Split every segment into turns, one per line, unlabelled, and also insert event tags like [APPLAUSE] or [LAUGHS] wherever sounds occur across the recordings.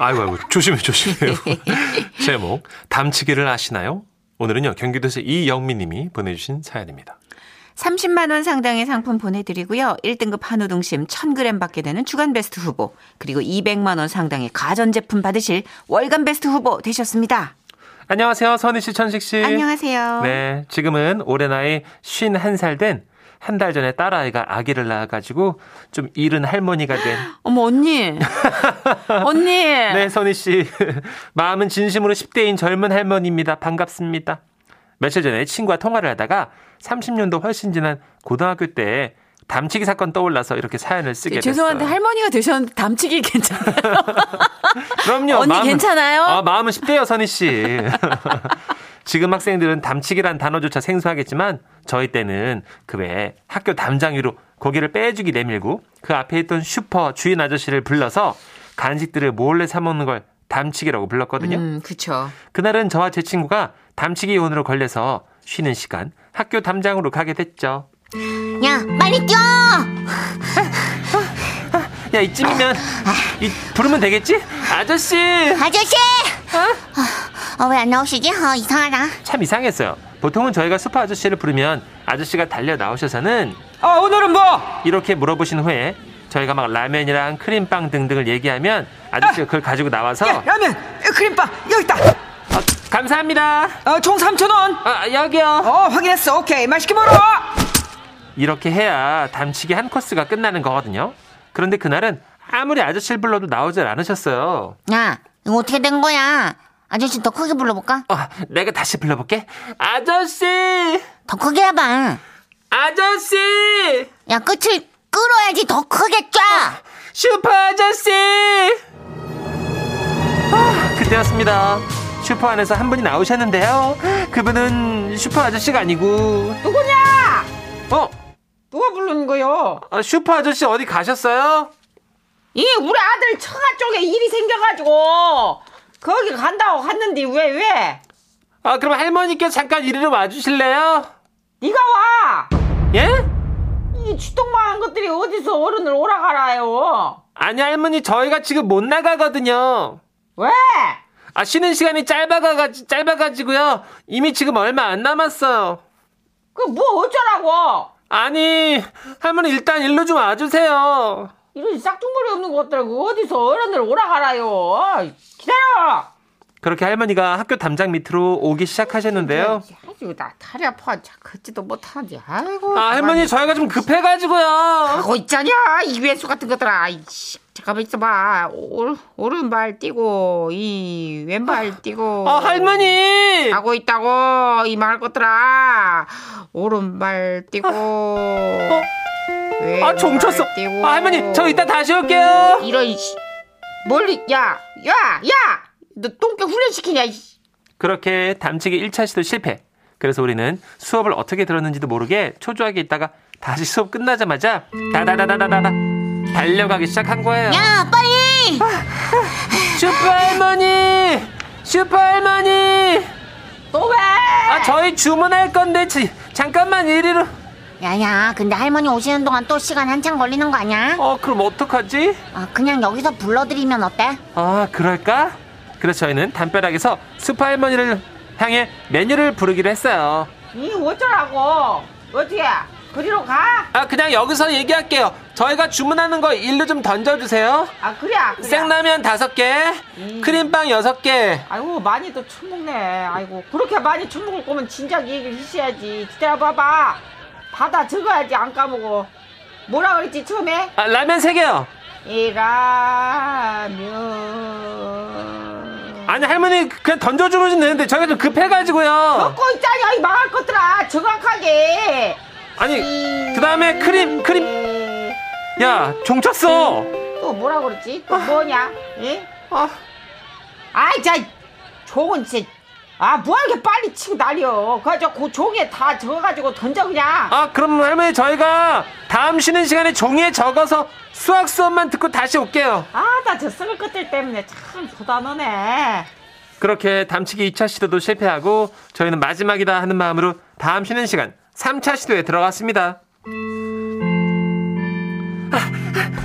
아이고, 아이고, 조심해, 조심해요. [LAUGHS] 제목, 담치기를 아시나요? 오늘은요, 경기도에서 이영미 님이 보내주신 사연입니다.
30만 원 상당의 상품 보내드리고요. 1등급 한우 등심 1000g 받게 되는 주간베스트 후보 그리고 200만 원 상당의 가전제품 받으실 월간베스트 후보 되셨습니다.
안녕하세요, 선희 씨, 천식 씨.
안녕하세요.
네, 지금은 올해 나이 51살 된 한 달 전에 딸아이가 아기를 낳아가지고 좀 이른 할머니가 된.
어머
[LAUGHS]
언니. 언니.
네, 선희 씨. [LAUGHS] 마음은 진심으로 10대인 젊은 할머니입니다. 반갑습니다. 며칠 전에 친구와 통화를 하다가 30년도 훨씬 지난 고등학교 때 담치기 사건 떠올라서 이렇게 사연을 쓰게
죄송한데
됐어요.
할머니가 되셨는데 담치기 괜찮아요.
그럼요.
언니 괜찮아요?
아, 마음은 10대요, 선희 씨. [LAUGHS] 지금 학생들은 담치기란 단어조차 생소하겠지만 저희 때는 그 외에 학교 담장 위로 고개를 빼주기 내밀고 그 앞에 있던 슈퍼 주인 아저씨를 불러서 간식들을 몰래 사 먹는 걸 담치기라고 불렀거든요.
음, 그쵸.
그날은 저와 제 친구가 담치기 혼으로 걸려서 쉬는 시간 학교 담장으로 가게 됐죠.
야, 빨리 뛰어!
야 이쯤이면 이 부르면 되겠지? 아저씨
아저씨! 어, 왜 안 나오시지? 어, 이상하다.
참 이상했어요. 보통은 저희가 슈퍼 아저씨를 부르면 아저씨가 달려 나오셔서는
아 오늘은 뭐?
이렇게 물어보신 후에 저희가 막 라면이랑 크림빵 등등을 얘기하면 아저씨가 그걸 가지고 나와서
야, 예, 라면, 야, 크림빵 여기 있다.
감사합니다.
어, 총 3천 원.
아, 여기요.
어 확인했어. 오케이 맛있게 먹어.
이렇게 해야 담치기 한 코스가 끝나는 거거든요. 그런데 그날은 아무리 아저씨를 불러도 나오질 않으셨어요.
야, 이거 어떻게 된 거야? 아저씨 더 크게 불러볼까?
어, 내가 다시 불러볼게. 아저씨!
더 크게 해봐.
아저씨!
야, 끝을 끌어야지 더 크게 쫙!
슈퍼 아저씨! 아, 그때였습니다. 슈퍼 안에서 한 분이 나오셨는데요. 그분은 슈퍼 아저씨가 아니고,
누구냐?
어?
누가 부르는 거요?
아, 슈퍼 아저씨 어디 가셨어요?
이 우리 아들 처가 쪽에 일이 생겨가지고 거기 간다고 갔는데 왜 왜?
아, 그럼 할머니께서 잠깐 이리로 와주실래요?
네가 와.
예?
이 쥐똥망한 것들이 어디서 어른을 오라가라요?
아니, 할머니, 저희가 지금 못 나가거든요.
왜?
아, 쉬는 시간이 짧아가, 짧아가지고요. 이미 지금 얼마 안 남았어요.
그 뭐 어쩌라고?
아니, 할머니 일단 일로 좀 와주세요.
이런 싹퉁머리 없는 것들 그 어디서 어른을 오라가라요? 기다려.
그렇게 할머니가 학교 담장 밑으로 오기 시작하셨는데요.
아이고 나 다리 아파 자 걷지도 못하지 아이고
아, 할머니 저희가 좀 급해가지고요.
하고 있잖냐 이 외수 같은 것들아 아이씨, 잠깐만 있어봐 오, 오른발 뛰고 이 왼발 뛰고
아, 할머니!
하고 있다고 이 말할 것들아 오른발 뛰고
어. 아,
왼발
종쳤어.
뛰고.
아, 할머니, 저 이따 다시 올게요.
이런 씨 멀리 야야야너 똥개 훈련시키냐 이씨.
그렇게 담치기 1차 시도 실패. 그래서 우리는 수업을 어떻게 들었는지도 모르게 초조하게 있다가 다시 수업 끝나자마자 다다다다다다 달려가기 시작한 거예요.
야, 빨리!
슈퍼 할머니! 슈퍼 할머니!
또 왜?
아 저희 주문할 건데 지- 잠깐만 이리로
야, 야, 근데 할머니 오시는 동안 또 시간 한참 걸리는 거 아니야?
어 그럼 어떡하지?
아, 그냥 여기서 불러드리면 어때?
아 그럴까? 그래서 저희는 담벼락에서 슈퍼 할머니를 향해 메뉴를 부르기로 했어요.
이 어쩌라고 어떻게 그리로 가?
아 그냥 여기서 얘기할게요. 저희가 주문하는 거 일로 좀 던져주세요.
아 그래야 그래야.
생라면 다섯 개,
음.
크림빵 여섯 개.
아이고 많이 또 처먹네 아이고 그렇게 많이 처먹을 거면 진작 얘기를 하셔야지 기다려봐봐 받아 적어야지 안 까먹어 뭐라 그랬지 처음에?
아, 라면 세 개요.
이라면
아니 할머니 그냥 던져주면 되는데 저희가 좀 급해가지고요.
먹고 있잖아 이 망할 것들아 정확하게
아니 그 다음에 크림 크림. 야 종쳤어.
또 뭐라 그랬지? 또 뭐냐? 예?
아.
아이 자 종은 진짜 아뭐 이렇게 빨리 치고 난리여 그래서 그 종에 다 적어가지고 던져 그냥
아 그럼 할머니 저희가 다음 쉬는 시간에 종이에 적어서 수학 수업만 듣고 다시 올게요.
아나 저 썩을 것들 때문에 참 소단하네
그렇게 담치기 2차 시도도 실패하고 저희는 마지막이다 하는 마음으로 다음 쉬는 시간 3차 시도에 들어갔습니다. 아,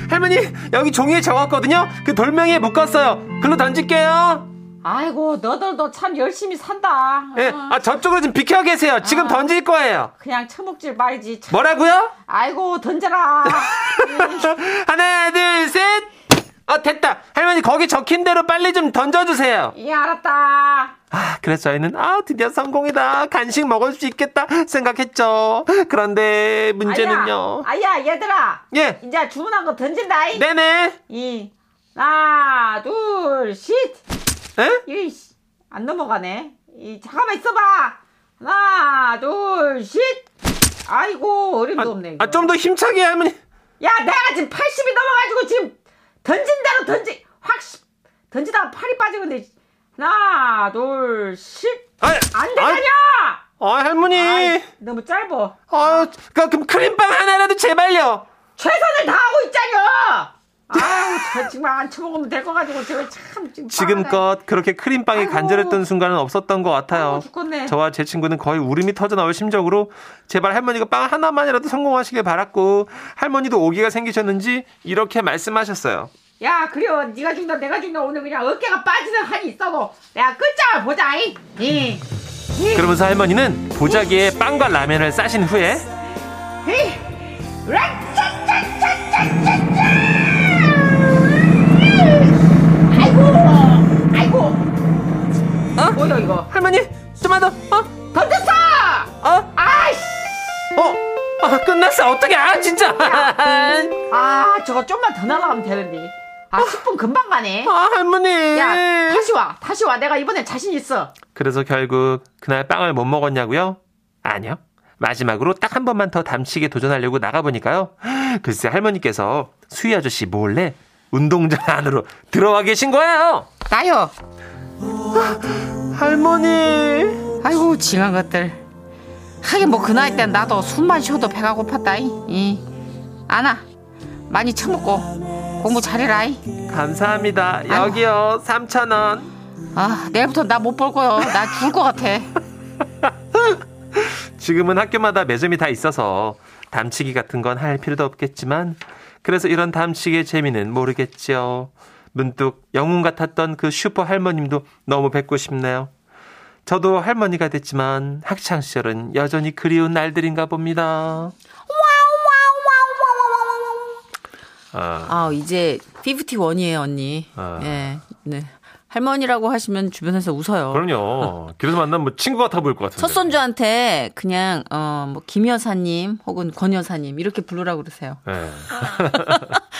할머니 여기 종이에 적었거든요. 그 돌멩이에 묶었어요. 글로 던질게요.
아이고 너들도 참 열심히 산다.
예,
어,
아 저쪽으로 좀 비켜 계세요. 지금 던질 거예요.
그냥 처먹질 말지. 참.
뭐라고요?
아이고
[LAUGHS]
던져라.
하나, 둘, 셋. 아 됐다. 할머니 거기 적힌 대로 빨리 좀 던져주세요.
예 알았다.
아, 그래서 저희는 아 드디어 성공이다. 간식 먹을 수 있겠다 생각했죠. 그런데 문제는요.
아야, 아야 얘들아.
예.
이제 주문한 거 던진다. 이.
네네.
이 하나 둘 셋.
에?
이씨 안 넘어가네. 이 잠깐만 있어봐. 하나 둘 셋. 아이고 어림도 없네. 이거.
아, 좀 더 힘차게 할머니.
야 내가 지금 80이 넘어가지고 지금 던진 대로 던지 확 씨, 던지다가 팔이 빠지는데 하나 둘 셋.
아,
안 되냐?
아, 할머니.
아이, 너무 짧어.
아, 그, 그럼 크림빵 하나라도 제발요.
최선을 다하고 있잖여. 아우 저 정말 안 처먹으면 될 거 가지고 제가 참 지금
지금껏 그렇게 크림빵이
아, 네. 아이고.
간절했던 순간은 없었던 것 같아요.
아이고, 죽겠네.
저와 제 친구는 거의 울음이 터져나올 심정으로 제발 할머니가 빵 하나만이라도 성공하시길 바랐고 할머니도 오기가 생기셨는지 이렇게 말씀하셨어요.
야 그래요 네가 죽나 내가 죽나 오늘 그냥 어깨가 빠지는 한이 있어도 뭐. 내가 끝장을 보자잉. 예. 이. 이.
그러면서 할머니는 보자기에 빵과 라면을 싸신 후에
이.
짠짠짠짠짠짠.
아이고 아이고.
어?
뭐야 이거?
할머니 좀만 더 어?
던졌어.
어?
아이씨.
어? 어, 끝났어 어떻게 아 진짜 아
아 저거 좀만 더 날아가면 되는데. 아 10분 금방 가네.
아, 할머니
야 다시 와 다시 와 내가 이번엔 자신 있어.
그래서 결국 그날 빵을 못 먹었냐고요? 아니요. 마지막으로 딱 한 번만 더 담치게 도전하려고 나가보니까요. 글쎄 할머니께서 수희 아저씨 몰래 운동장 안으로 들어와 계신 거예요.
나요.
할머니.
아이고 징한 것들. 하긴 뭐 그 나이 땐 나도 숨만 쉬어도 배가 고팠다. 이. 이. 안아. 많이 처먹고 공부 잘해라. 이.
감사합니다. 여기요. 3,000원.
아 내일부터 나 못 볼 거요. 나 죽을 것 같아.
지금은 학교마다 매점이 다 있어서 담치기 같은 건 할 필요도 없겠지만 그래서 이런 담치기의 재미는 모르겠지요. 문득 영웅 같았던 그 슈퍼 할머님도 너무 뵙고 싶네요. 저도 할머니가 됐지만 학창 시절은 여전히 그리운 날들인가 봅니다. 아,
아, 이제 51이에요, 언니.
아.
예. 네. 할머니라고 하시면 주변에서 웃어요.
그럼요. 길에서 만나면 뭐 친구 같아 보일 것 같은데.
첫 손주한테 그냥 어뭐김 여사님 혹은 권 여사님 이렇게 부르라고 그러세요. [LAUGHS]
예.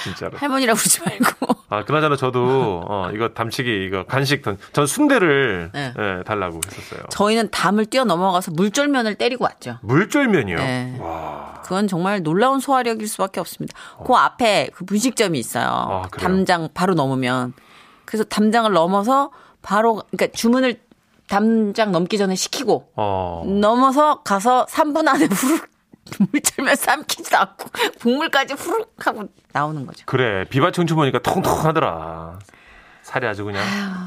진짜로.
할머니라고 그러지 말고. [LAUGHS]
아, 그나저나 저도 어, 이거 담치기 이거 간식 던- 전 순대를
네.
예, 달라고 했었어요.
저희는 담을 뛰어 넘어가서 물절면을 때리고 왔죠.
물쫄면이요.
네.
와. 어.
그건 정말 놀라운 소화력일 수밖에 없습니다. 그 앞에 그 분식점이 있어요.
아, 그래요?
담장 바로 넘으면. 그래서 담장을 넘어서 바로 그러니까 주문을 담장 넘기 전에 시키고
어.
넘어서 가서 3분 안에 후룩 물질면 삼키지도 않고 국물까지 후룩 하고 나오는 거죠.
그래. 비바청춘 보니까 통통하더라. 살이 아주 그냥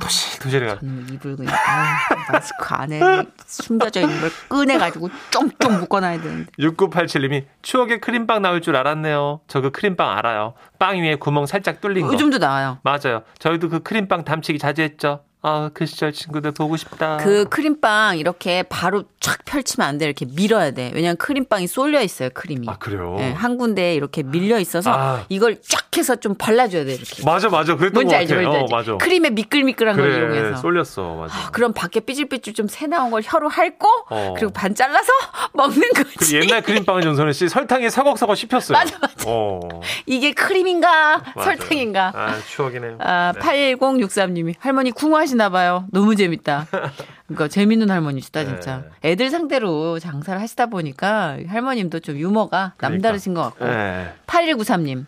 도실도실해가.
저는 입을 음, 그냥 아유, 마스크 안에 숨겨져 있는 걸 꺼내가지고 쫑쫑 묶어놔야 되는데.
6987님이 추억의 크림빵 나올 줄 알았네요. 저 그 크림빵 알아요. 빵 위에 구멍 살짝 뚫린 거.
요즘도 나와요.
맞아요. 저희도 그 크림빵 담치기 자주 했죠. 아, 그 시절 친구들 보고 싶다.
그 크림빵 이렇게 바로 촥 펼치면 안 돼. 이렇게 밀어야 돼. 왜냐면 크림빵이 쏠려 있어요, 크림이.
아, 그래요?
예, 한 군데에 이렇게 밀려 있어서
아.
이걸 쫙 해서 좀 발라줘야 돼, 이렇게.
맞아, 맞아. 그랬던
뭔지
것
알죠,
같아요.
뭔지
어,
알죠.
맞아.
크림에 미끌미끌한 걸
그래.
이용해서.
쏠렸어. 맞아.
그럼 밖에 삐질삐질 좀 새 나온 걸 혀로 핥고
어.
그리고 반 잘라서 먹는
그
거지.
옛날 크림빵은 정선혜 씨 설탕에 서걱서걱 씹혔어요.
맞아, 맞아.
어.
이게 크림인가
맞아요.
설탕인가. 아.
아, 추억이네요.
8063님이 할머니 궁화하시나 봐요. 너무 재밌다. 그러니까 재밌는 할머니시다
네.
진짜. 애들 상대로 장사를 하시다 보니까 할머님도 좀 유머가 남다르신 것 같고.
그러니까. 네.
8193님.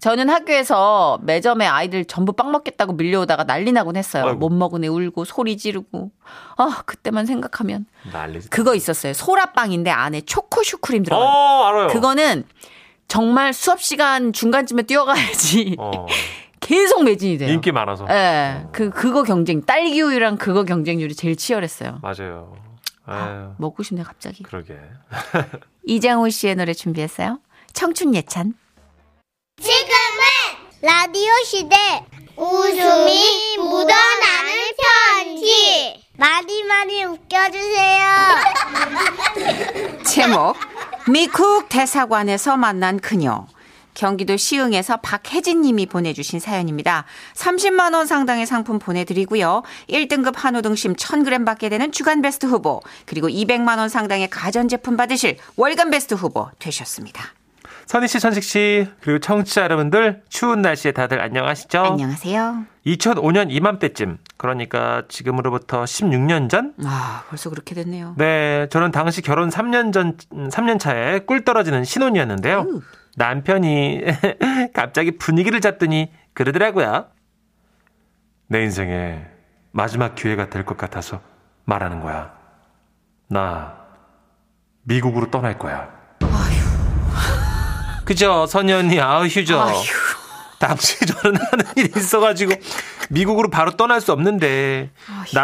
저는 학교에서 매점에 아이들 전부 빵 먹겠다고 밀려오다가 난리 나곤 했어요.
아이고.
못 먹은 애 울고 소리 지르고. 아, 그때만 생각하면
난리지.
그거 있었어요. 소라빵인데 안에 초코 슈크림 들어가. 요
어, 알아요.
그거는 정말 수업 시간 중간쯤에 뛰어가야지
어,
[LAUGHS] 계속 매진이 돼요.
인기 많아서.
어.
예. 그 그거 경쟁 딸기 우유랑 그거 경쟁률이 제일 치열했어요.
맞아요. 아유,
먹고 싶네 갑자기.
그러게.
이장호 씨의 노래 준비했어요. 청춘 예찬.
지금은 라디오 시대 웃음이 묻어나는 편지 많이 많이 웃겨주세요.
제목 미국 대사관에서 만난 그녀 경기도 시흥에서 박혜진 님이 보내주신 사연입니다. 30만 원 상당의 상품 보내드리고요. 1등급 한우 등심 1000g 받게 되는 주간베스트 후보 그리고 200만 원 상당의 가전제품 받으실 월간베스트 후보 되셨습니다.
선희 씨, 천식 씨, 그리고 청취자 여러분들, 추운 날씨에 다들
어.
안녕하시죠?
안녕하세요.
2005년 이맘때쯤, 그러니까 지금으로부터 16년 전?
아 벌써 그렇게
그렇죠.
됐네요.
네, 저는 당시 결혼 3년 전, 3년 차에 꿀 떨어지는 신혼이었는데요. 남편이 [LAUGHS] 갑자기 분위기를 잡더니 그러더라고요. 내 인생의 마지막 기회가 될 것 같아서 말하는 거야. 나 미국으로 떠날 거야. 그죠, 선현이 아휴죠. 당시 저는 하는 일이 있어가지고 미국으로 바로 떠날 수 없는데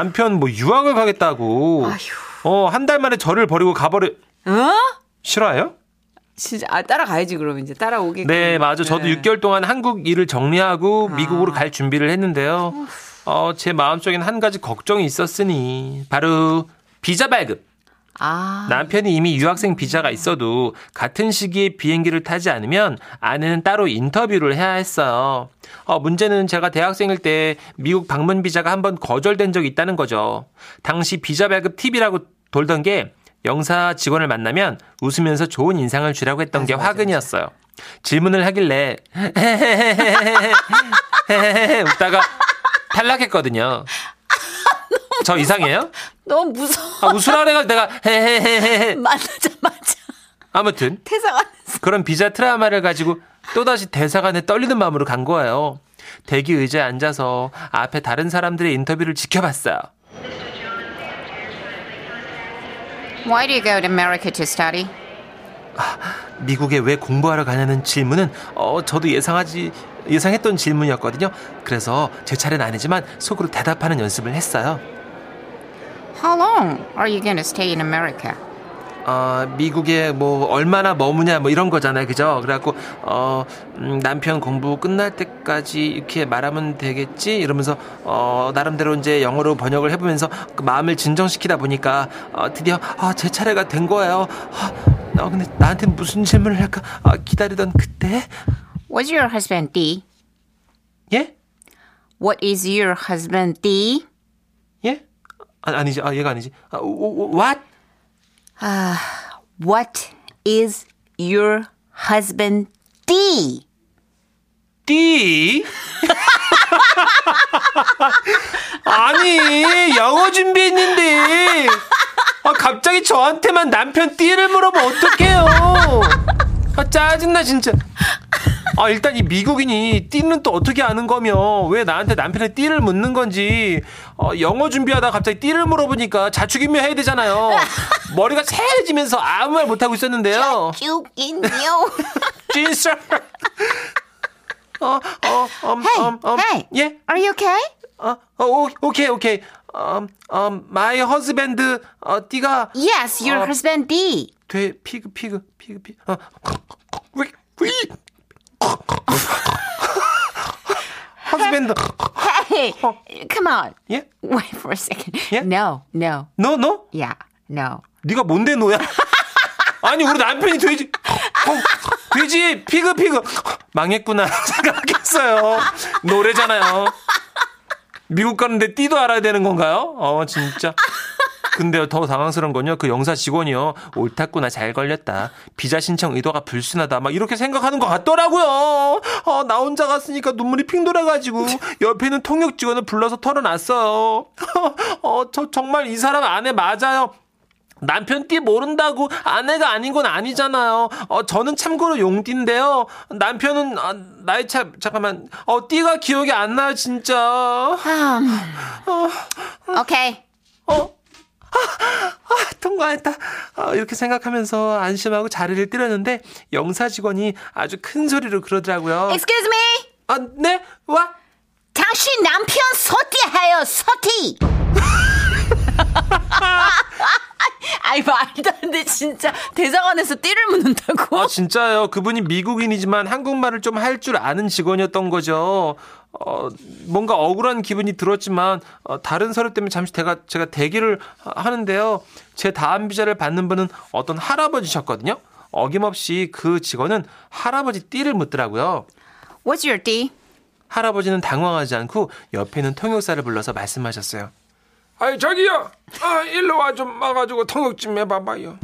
남편 뭐 유학을 가겠다고 어 한 달 만에 저를 버리고 가버려
어?
싫어요?
진짜 아, 따라가야지 그럼 이제 따라오게.
네, 맞아. 저도 6개월 동안 한국 일을 정리하고 미국으로
아.
갈 준비를 했는데요. 어, 제 마음속엔 한 가지 걱정이 있었으니 바로 비자 발급.
아.
남편이 이미 유학생 비자가 있어도 같은 시기에 비행기를 타지 않으면 아내는 따로 인터뷰를 해야 했어요. 어, 문제는 제가 대학생일 때 미국 방문 비자가 한 번 거절된 적이 있다는 거죠. 당시 비자 발급 팁이라고 돌던 게 영사 직원을 만나면 웃으면서 좋은 인상을 주라고 했던 게 화근이었어요. 질문을 하길래 웃다가 탈락했거든요. 저 이상해요?
너무 무서워. [LAUGHS]
아, 웃으라 그래가지고 내가 헤헤헤헤
만나자마자 [LAUGHS]
아무튼
퇴사하는.
그런 비자 트라우마를 가지고 또다시 대사관에 떨리는 마음으로 간 거예요. 대기 의자에 앉아서 앞에 다른 사람들의 인터뷰를 지켜봤어요.
Why do you go to America to study?
미국에 왜 공부하러 가냐는 질문은 어 저도 예상하지 예상했던 질문이었거든요. 그래서 제 차례는 아니지만 속으로 대답하는 연습을 했어요.
How long are you going to stay in America?
어, 미국에 뭐 얼마나 머무냐 뭐 이런 거잖아요, 그죠? 그래갖고 어, 음, 남편 공부 끝날 때까지 이렇게 말하면 되겠지 이러면서 어, 나름대로 이제 영어로 번역을 해보면서 그 마음을 진정시키다 보니까 어, 드디어 아, 제 차례가 된 거예요. 아, 어, 근데 나한테 무슨 질문을 할까 아, 기다리던 그때
Was your husband D?
예?
What is your husband D?
예? 아, 아니지, 아 얘가 아니지. 아, 오, 오, what?
What is your husband D?
D. 아니 영어 준비했는데 아, 갑자기 저한테만 남편 띠를 물어보면 어떡해요 아, 짜증나 진짜 아 일단 이 미국인이 띠는 또 어떻게 아는 거며 왜 나한테 남편의 띠를 묻는 건지 어, 영어 준비하다 갑자기 띠를 물어보니까 자축인묘 해야 되잖아요 머리가 새해지면서 아무 말 못하고 있었는데요
죽인요.
[LAUGHS] 진짜
Hey, hey.
어, 음, 어어음음예
[LAUGHS] Are you okay?
어, 어, 오, 오케이, 오케이. 음, 음, 마이 허즈밴드, 어, 띠가,
Yes, your
어.
husband D.
돼, 피그, 피그, 피그, 피그, 어, 위, [LAUGHS] 위. 허즈밴드,
Hey, come on.
예?
Wait for a second.
Yeah?
No, no,
너, 너?
yeah, no.
네가 뭔데, 너야? [LAUGHS] 아니, 우리 남편이 돼지, 어, 돼지, 피그, 피그. 망했구나, 생각했어요. 노래잖아요. 미국 가는데 띠도 알아야 되는 건가요? 어, 진짜. 근데 더 당황스러운 건요. 그 영사 직원이요. 옳았구나. 잘 걸렸다. 비자 신청 의도가 불순하다. 막 이렇게 생각하는 것 같더라고요. 어, 나 혼자 갔으니까 눈물이 핑 돌아가지고 옆에 있는 통역 직원을 불러서 털어놨어요. [LAUGHS] 어, 저 정말 이 사람 아내 맞아요. 남편 띠 모른다고 아내가 아닌 건 아니잖아요. 어, 저는 참고로 용띠인데요. 남편은 아, 나이 차 잠깐만. 어, 띠가 기억이 안 나요, 진짜.
[SIGHS]
Um, okay.
아, 통과했다. 아, 이렇게 생각하면서 안심하고 자리를 뜨려는데 영사 직원이 아주 큰 소리로
어.
그러더라고요.
Excuse me.
아, 네? 와?
당신 남편 서티예요, 서티. 아,
[LAUGHS] 아이 말도 안 돼 진짜 대사관에서 띠를 묻는다고.
어?
아, 진짜요. 그분이 미국인이지만 한국말을 좀 할 줄 아는 직원이었던 거죠. 어, 뭔가 억울한 기분이 들었지만, 어, 다른 서류 때문에 잠시 제가, 제가 대기를 하- 하는데요. 제 다음 비자를 받는 분은 어떤 할아버지셨거든요. 어김없이 그 직원은 할아버지 띠를 묻더라고요.
What's your D?
할아버지는 당황하지 않고 옆에 있는 통역사를 불러서 말씀하셨어요.
아이 저기요 아 일로 와 좀 와가지고 통역 좀 해봐봐요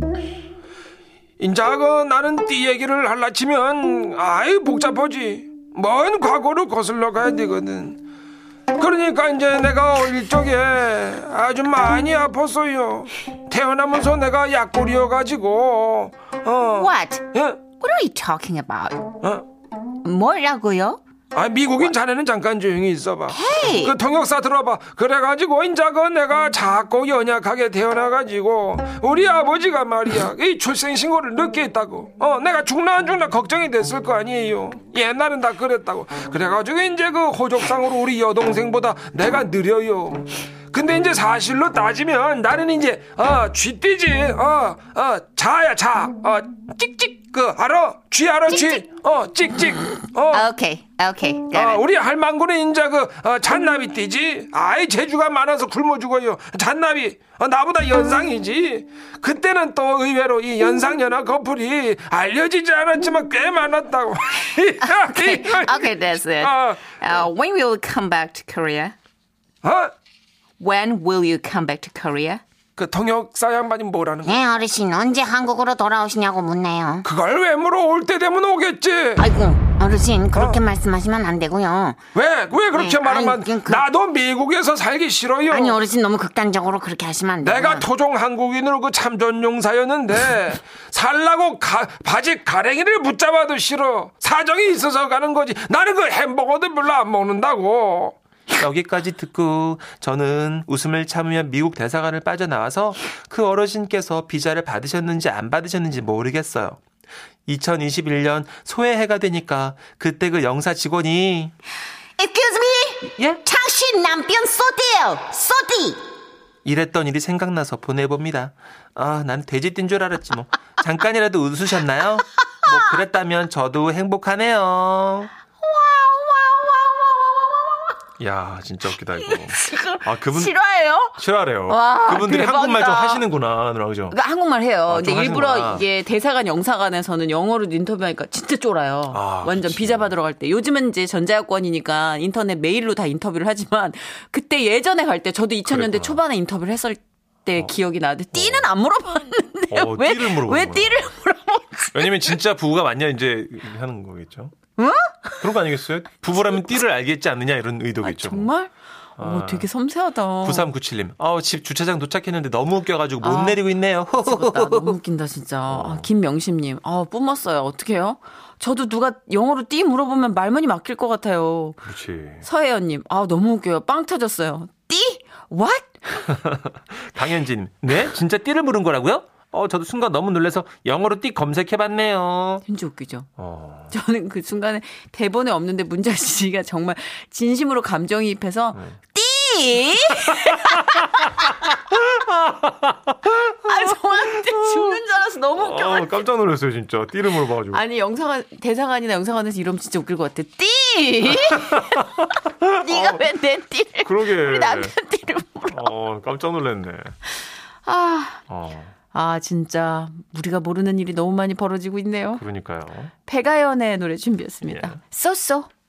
인자가 나는 띠 얘기를 할라 치면 아이 복잡하지 먼 과거로 거슬러 가야 되거든 그러니까 이제 내가 어릴 적에 아주 많이 아팠어요 태어나면서 내가 약골이어가지고 어
What?
예?
What are you talking about?
어?
뭐라고요?
아 미국인 자네는 잠깐 조용히 있어봐.
헤이!
그 통역사 들어봐. 그래가지고 인자가 내가 작고 연약하게 태어나가지고 우리 아버지가 말이야 이 출생신고를 늦게 했다고. 어 내가 죽나 안 죽나 걱정이 됐을 거 아니에요. 옛날엔 다 그랬다고. 그래가지고 이제 그 호적상으로 우리 여동생보다 내가 느려요. 근데 이제 사실로 따지면 나는 이제 어 쥐띠지 어어 자야 자어 찍찍 그 알아 쥐 알아 쥐어 찍찍 어
아,
Okay, okay.
아,
네.
got
어,
it.
우리 할망구는 인자 그 어, 잔나비 띠지. 아이 재주가 많아서 굶어 죽어요. 잔나비 어, 나보다 연상이지. 그때는 또 의외로 이 연상연하 커플이 알려지지 않았지만 꽤 많았다고. [LAUGHS]
Okay, [LAUGHS] okay, that's it.
아,
Uh, when will you come back to Korea?
어?
When will you come back to Korea?
그 통역사 양반이 뭐라는 거야?
네, 어르신, 언제 한국으로 돌아오시냐고 묻네요.
그걸 왜 물어? 올 때 되면 오겠지.
아이고, 어르신, 그렇게 말씀하시면 안 되고요.
왜? 왜 그렇게
네,
말하면
아니, 그-
나도 미국에서 살기 싫어요.
아니, 어르신, 너무 극단적으로 그렇게 하시면 안 돼요.
내가 토종 한국인으로 그 참전용사였는데 살라고 가- 바지 가랭이를 붙잡아도 싫어 사정이 있어서 가는 거지 나는 그 햄버거도 별로 안 먹는다고
여기까지 듣고 저는 웃음을 참으며 미국 대사관을 빠져나와서 그 어르신께서 비자를 받으셨는지 안 받으셨는지 모르겠어요. 2021년 소해해가 되니까 그때 그 영사 직원이
Excuse me?
예?
당신 남편 쏘디요, 쏘디!
이랬던 일이 생각나서 보내봅니다. 아, 난 돼지띠인 줄 알았지 뭐. 잠깐이라도 웃으셨나요? 뭐 그랬다면 저도 행복하네요. 야, 진짜 웃기다 이거. 아, 그분
싫어해요?
싫어하래요.
와,
그분들이
대박이다.
한국말 좀 하시는구나, 그죠?
그러니까 한국말 해요.
아,
근데
좀 하시는구나.
일부러 이게 대사관 영사관에서는 영어로 인터뷰하니까 진짜 쫄아요.
아,
완전
그치.
비자 받으러 갈 때. 요즘은 이제 전자여권이니까 인터넷 메일로 다 인터뷰를 하지만 그때 예전에 갈 때 저도 2000년대
그랬구나.
초반에 인터뷰를 했을 때 기억이 나는데 띠는 안 물어봤는데
어,
왜,
띠를 물어보는
왜
거야.
띠를 물어봤지?
왜냐면 진짜 부부가 맞냐 이제 하는 거겠죠. 그런 거 아니겠어요? 부부라면 띠를 알겠지 않느냐 이런 의도겠죠.
아,
뭐.
정말?
아.
어, 되게 섬세하다.
9397님. 어, 집 주차장 도착했는데 너무 웃겨가지고 못
아.
내리고 있네요.
미치겠다. 너무 웃긴다 진짜. 아, 김명심님, 아 뿜었어요. 어떡해요? 저도 누가 영어로 띠 물어보면 말문이 막힐 것 같아요.
그렇지.
서혜연님, 아 너무 웃겨요. 빵 터졌어요. 띠? What?
강현진. 네? 진짜 띠를 물은 거라고요? 어, 저도 순간 너무 놀라서 영어로 띠 검색해봤네요.
진짜 웃기죠.
어.
저는 그 순간에 대본에 없는데 문자 씨가 정말 진심으로 감정이입해서 띠. [LAUGHS] 아 정말 죽는 줄 알아서 너무 웃겨.
어, 깜짝 놀랐어요, 진짜. 띠를 물어봐가지고.
아니 영상관 대상관이나 영상관에서 이러면 진짜 웃길 것 같아. 띠. [LAUGHS] 네가 왜 내 띠를
그러게.
우리 남편 띠를 물어?
어, 깜짝 놀랐네.
아,
어,
아 진짜 우리가 모르는 일이 너무 많이 벌어지고 있네요.
그러니까요.
백아연의 노래 준비했습니다. 쏘쏘.